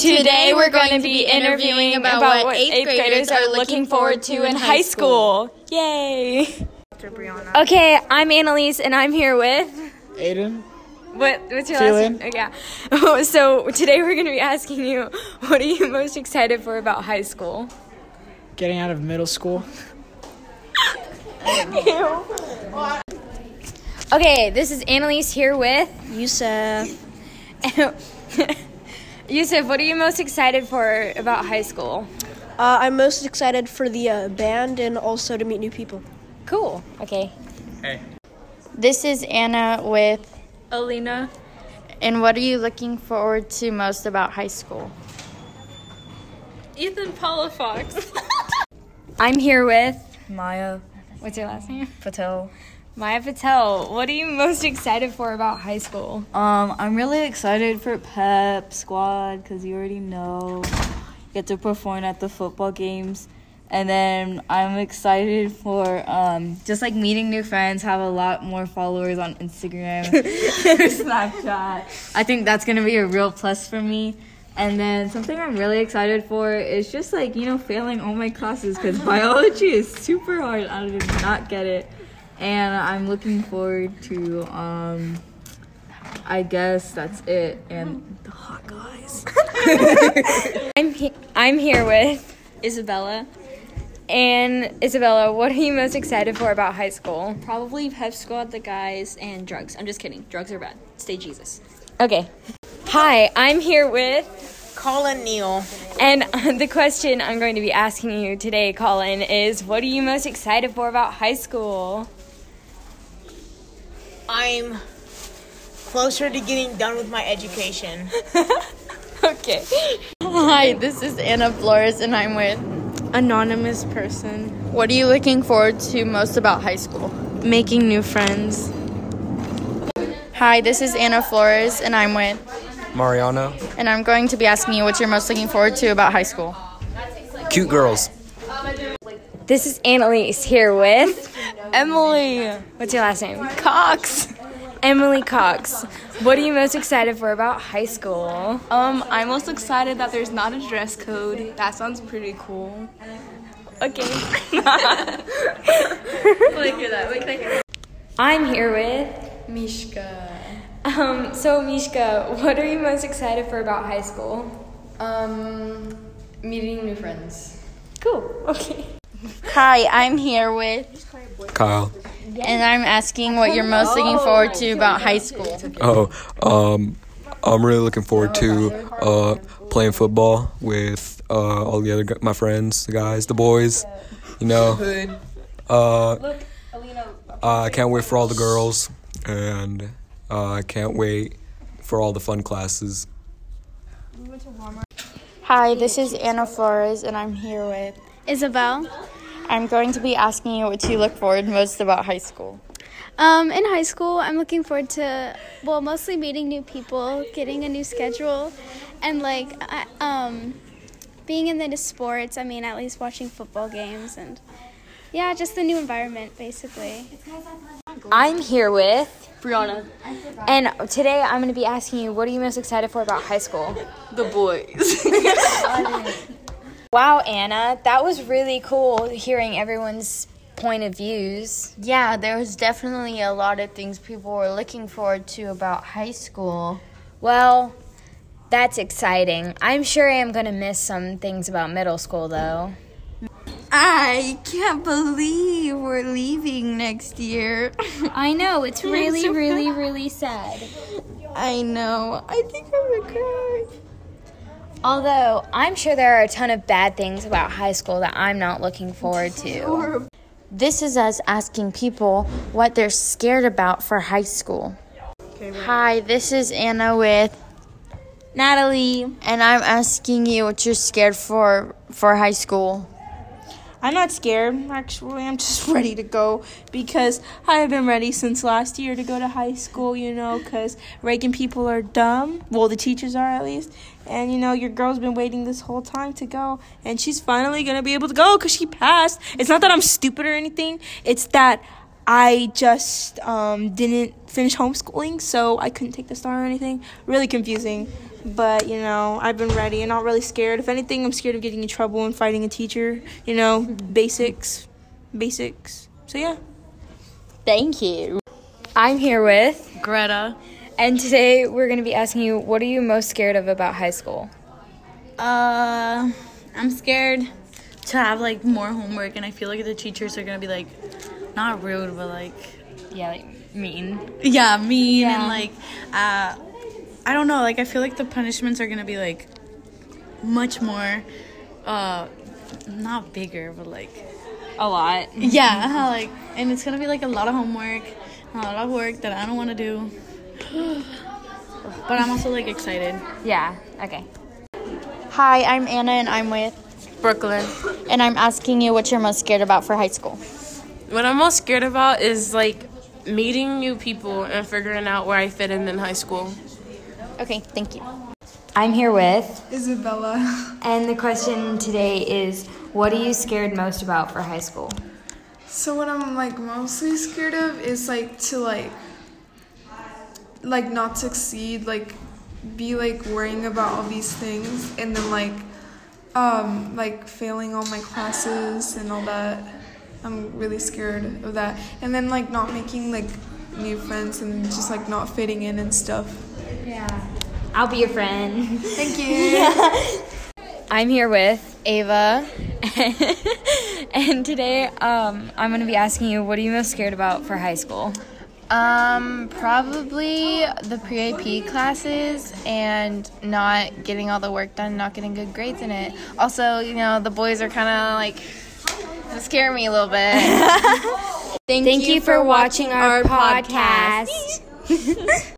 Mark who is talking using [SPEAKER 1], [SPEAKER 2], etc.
[SPEAKER 1] Today we're going to be interviewing about, what eighth graders are looking forward to in high school. Yay! Okay, I'm Annalise and I'm here with
[SPEAKER 2] Aiden,
[SPEAKER 1] what, what's your
[SPEAKER 2] Jalen.
[SPEAKER 1] last name? Oh, yeah. so today we're going to be asking you, what are you most excited for about high school?
[SPEAKER 2] getting out of middle school.
[SPEAKER 1] Okay, this is Annalise here with
[SPEAKER 3] Yusef.
[SPEAKER 1] Yusuf. What are you most excited for about high school?
[SPEAKER 3] Uh, I'm most excited for the uh, band and also to meet new people.
[SPEAKER 1] Cool. Okay.
[SPEAKER 2] Hey.
[SPEAKER 4] This is Anna with
[SPEAKER 1] Alina.
[SPEAKER 4] And what are you looking forward to most about high school?
[SPEAKER 1] Ethan Palafox. I'm here with.
[SPEAKER 5] Maya
[SPEAKER 1] What's your last name?
[SPEAKER 5] Patel.
[SPEAKER 1] Maya Patel. What are you most excited for about high school?
[SPEAKER 5] Um, I'm really excited for Pep Squad because you already know get to perform at the football games, and then I'm excited for um just like meeting new friends, have a lot more followers on Instagram or Snapchat. I think that's gonna be a real plus for me. And then something I'm really excited for is just like you know failing all my classes because biology is super hard. I did not get it, and I'm looking forward to um. I guess that's it. And the hot guys.
[SPEAKER 1] I'm he- I'm here with
[SPEAKER 6] Isabella.
[SPEAKER 1] and Isabella. What are you most excited for about high school?
[SPEAKER 6] Probably Pep Squad, the guys, and drugs. I'm just kidding. Drugs are bad. Stay Jesus.
[SPEAKER 1] Okay. Hi, I'm here with
[SPEAKER 7] Colin Neal.
[SPEAKER 1] and uh, the question I'm going to be asking you today, Colin, is what are you most excited for about high school?
[SPEAKER 7] I'm closer to getting done with my education.
[SPEAKER 1] Okay.
[SPEAKER 4] Hi, this is Anna Flores and I'm with
[SPEAKER 8] anonymous person,
[SPEAKER 4] What are you looking forward to most about high school?
[SPEAKER 8] making new friends.
[SPEAKER 4] Hi, this is Anna Flores and I'm with
[SPEAKER 9] Mariano.
[SPEAKER 4] and I'm going to be asking you what you're most looking forward to about high school.
[SPEAKER 9] Cute girls.
[SPEAKER 1] This is Annalise here with Emily. What's your last name? Cox. Emily Cox. What are you most excited for about high school?
[SPEAKER 8] Um, I'm most excited that there's not a dress code. That sounds pretty cool.
[SPEAKER 1] Okay. I'm here with
[SPEAKER 4] Mishka.
[SPEAKER 1] um so Mishka, what are you most excited for about high school?
[SPEAKER 4] Um meeting new friends.
[SPEAKER 1] Cool. Okay.
[SPEAKER 4] Hi, I'm here with
[SPEAKER 9] Kyle.
[SPEAKER 4] and I'm asking what you're most looking forward to about high school.
[SPEAKER 9] Oh, um, I'm really looking forward to uh, playing football with uh, all the other gu- my friends, the guys, the boys. You know, uh, I can't wait for all the girls, and uh, I can't wait for all the fun classes.
[SPEAKER 4] Hi, this is Anna Flores, and I'm here with
[SPEAKER 10] Isabel.
[SPEAKER 4] I'm going to be asking you what you look forward most about high school.
[SPEAKER 10] Um, in high school, I'm looking forward to, well, mostly meeting new people, getting a new schedule, and like I, um, being in the sports. I mean, at least watching football games and yeah, just the new environment, basically.
[SPEAKER 1] I'm here with Brianna. And today I'm going to be asking you what are you most excited for about high school?
[SPEAKER 5] The boys.
[SPEAKER 1] Wow, Anna, that was really cool hearing everyone's point of views.
[SPEAKER 4] Yeah, there was definitely a lot of things people were looking forward to about high school.
[SPEAKER 1] Well, that's exciting. I'm sure I am going to miss some things about middle school, though.
[SPEAKER 4] I can't believe we're leaving next year.
[SPEAKER 10] I know it's really, really, really sad.
[SPEAKER 4] I know. I think I'm gonna cry.
[SPEAKER 1] Although, I'm sure there are a ton of bad things about high school that I'm not looking forward to.
[SPEAKER 4] This is us asking people what they're scared about for high school. Hi, this is Anna with Natalie, and I'm asking you what you're scared for for high school.
[SPEAKER 8] I'm not scared, actually. I'm just ready to go because I have been ready since last year to go to high school, you know, because Reagan people are dumb. Well, the teachers are at least. And, you know, your girl's been waiting this whole time to go, and she's finally going to be able to go because she passed. It's not that I'm stupid or anything, it's that I just um, didn't finish homeschooling, so I couldn't take the star or anything. Really confusing, but you know, I've been ready and not really scared. If anything, I'm scared of getting in trouble and fighting a teacher. You know, basics, basics. So yeah.
[SPEAKER 1] Thank you. I'm here with Greta. And today we're going to be asking you what are you most scared of about high school?
[SPEAKER 5] Uh, I'm scared to have like more homework, and I feel like the teachers are gonna be like, not rude, but like,
[SPEAKER 1] yeah, like mean.
[SPEAKER 5] Yeah, mean
[SPEAKER 1] Yeah.
[SPEAKER 5] and like, uh, I don't know. Like, I feel like the punishments are gonna be like much more, uh, not bigger, but like
[SPEAKER 11] A lot.
[SPEAKER 5] yeah, like, and it's gonna be like a lot of homework, a lot of work that I don't want to do. But I'm also like excited.
[SPEAKER 12] Yeah, okay. Hi, I'm Anna and I'm with Brooklyn. And I'm asking you what you're most scared about for high school.
[SPEAKER 7] What I'm most scared about is like meeting new people and figuring out where I fit in in high school.
[SPEAKER 12] Okay, thank you.
[SPEAKER 1] I'm here with
[SPEAKER 13] Isabella.
[SPEAKER 1] and the question today is what are you scared most about for high school?
[SPEAKER 13] So what I'm like mostly scared of is like to like like not succeed, like be like worrying about all these things and then like um like failing all my classes and all that. I'm really scared of that. And then like not making like new friends and just like not fitting in and stuff.
[SPEAKER 1] Yeah. I'll be your friend.
[SPEAKER 13] Thank you.
[SPEAKER 1] I'm here with Ava. and today um, I'm going to be asking you what are you most scared about for high school?
[SPEAKER 4] Um, probably the pre-AP classes and not getting all the work done, not getting good grades in it. Also, you know, the boys are kind of like scare me a little bit.
[SPEAKER 1] Thank, you, for watching our podcast.